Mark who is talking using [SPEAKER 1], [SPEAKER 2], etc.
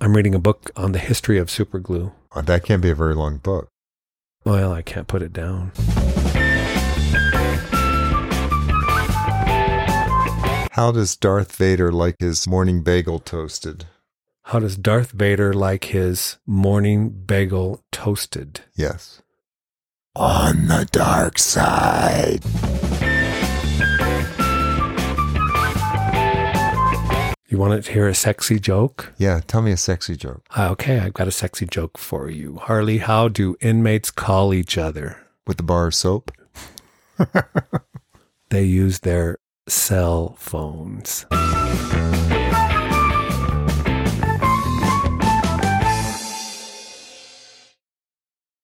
[SPEAKER 1] I'm reading a book on the history of superglue.
[SPEAKER 2] Uh, That can't be a very long book.
[SPEAKER 1] Well, I can't put it down.
[SPEAKER 2] How does Darth Vader like his morning bagel toasted?
[SPEAKER 1] How does Darth Vader like his morning bagel toasted?
[SPEAKER 2] Yes. On the dark side.
[SPEAKER 1] You want to hear a sexy joke? Ah,
[SPEAKER 2] Yeah, tell me a sexy joke.
[SPEAKER 1] Okay, I've got a sexy joke for you. Harley, how do inmates call each other?
[SPEAKER 2] With the bar of soap?
[SPEAKER 1] They use their cell phones.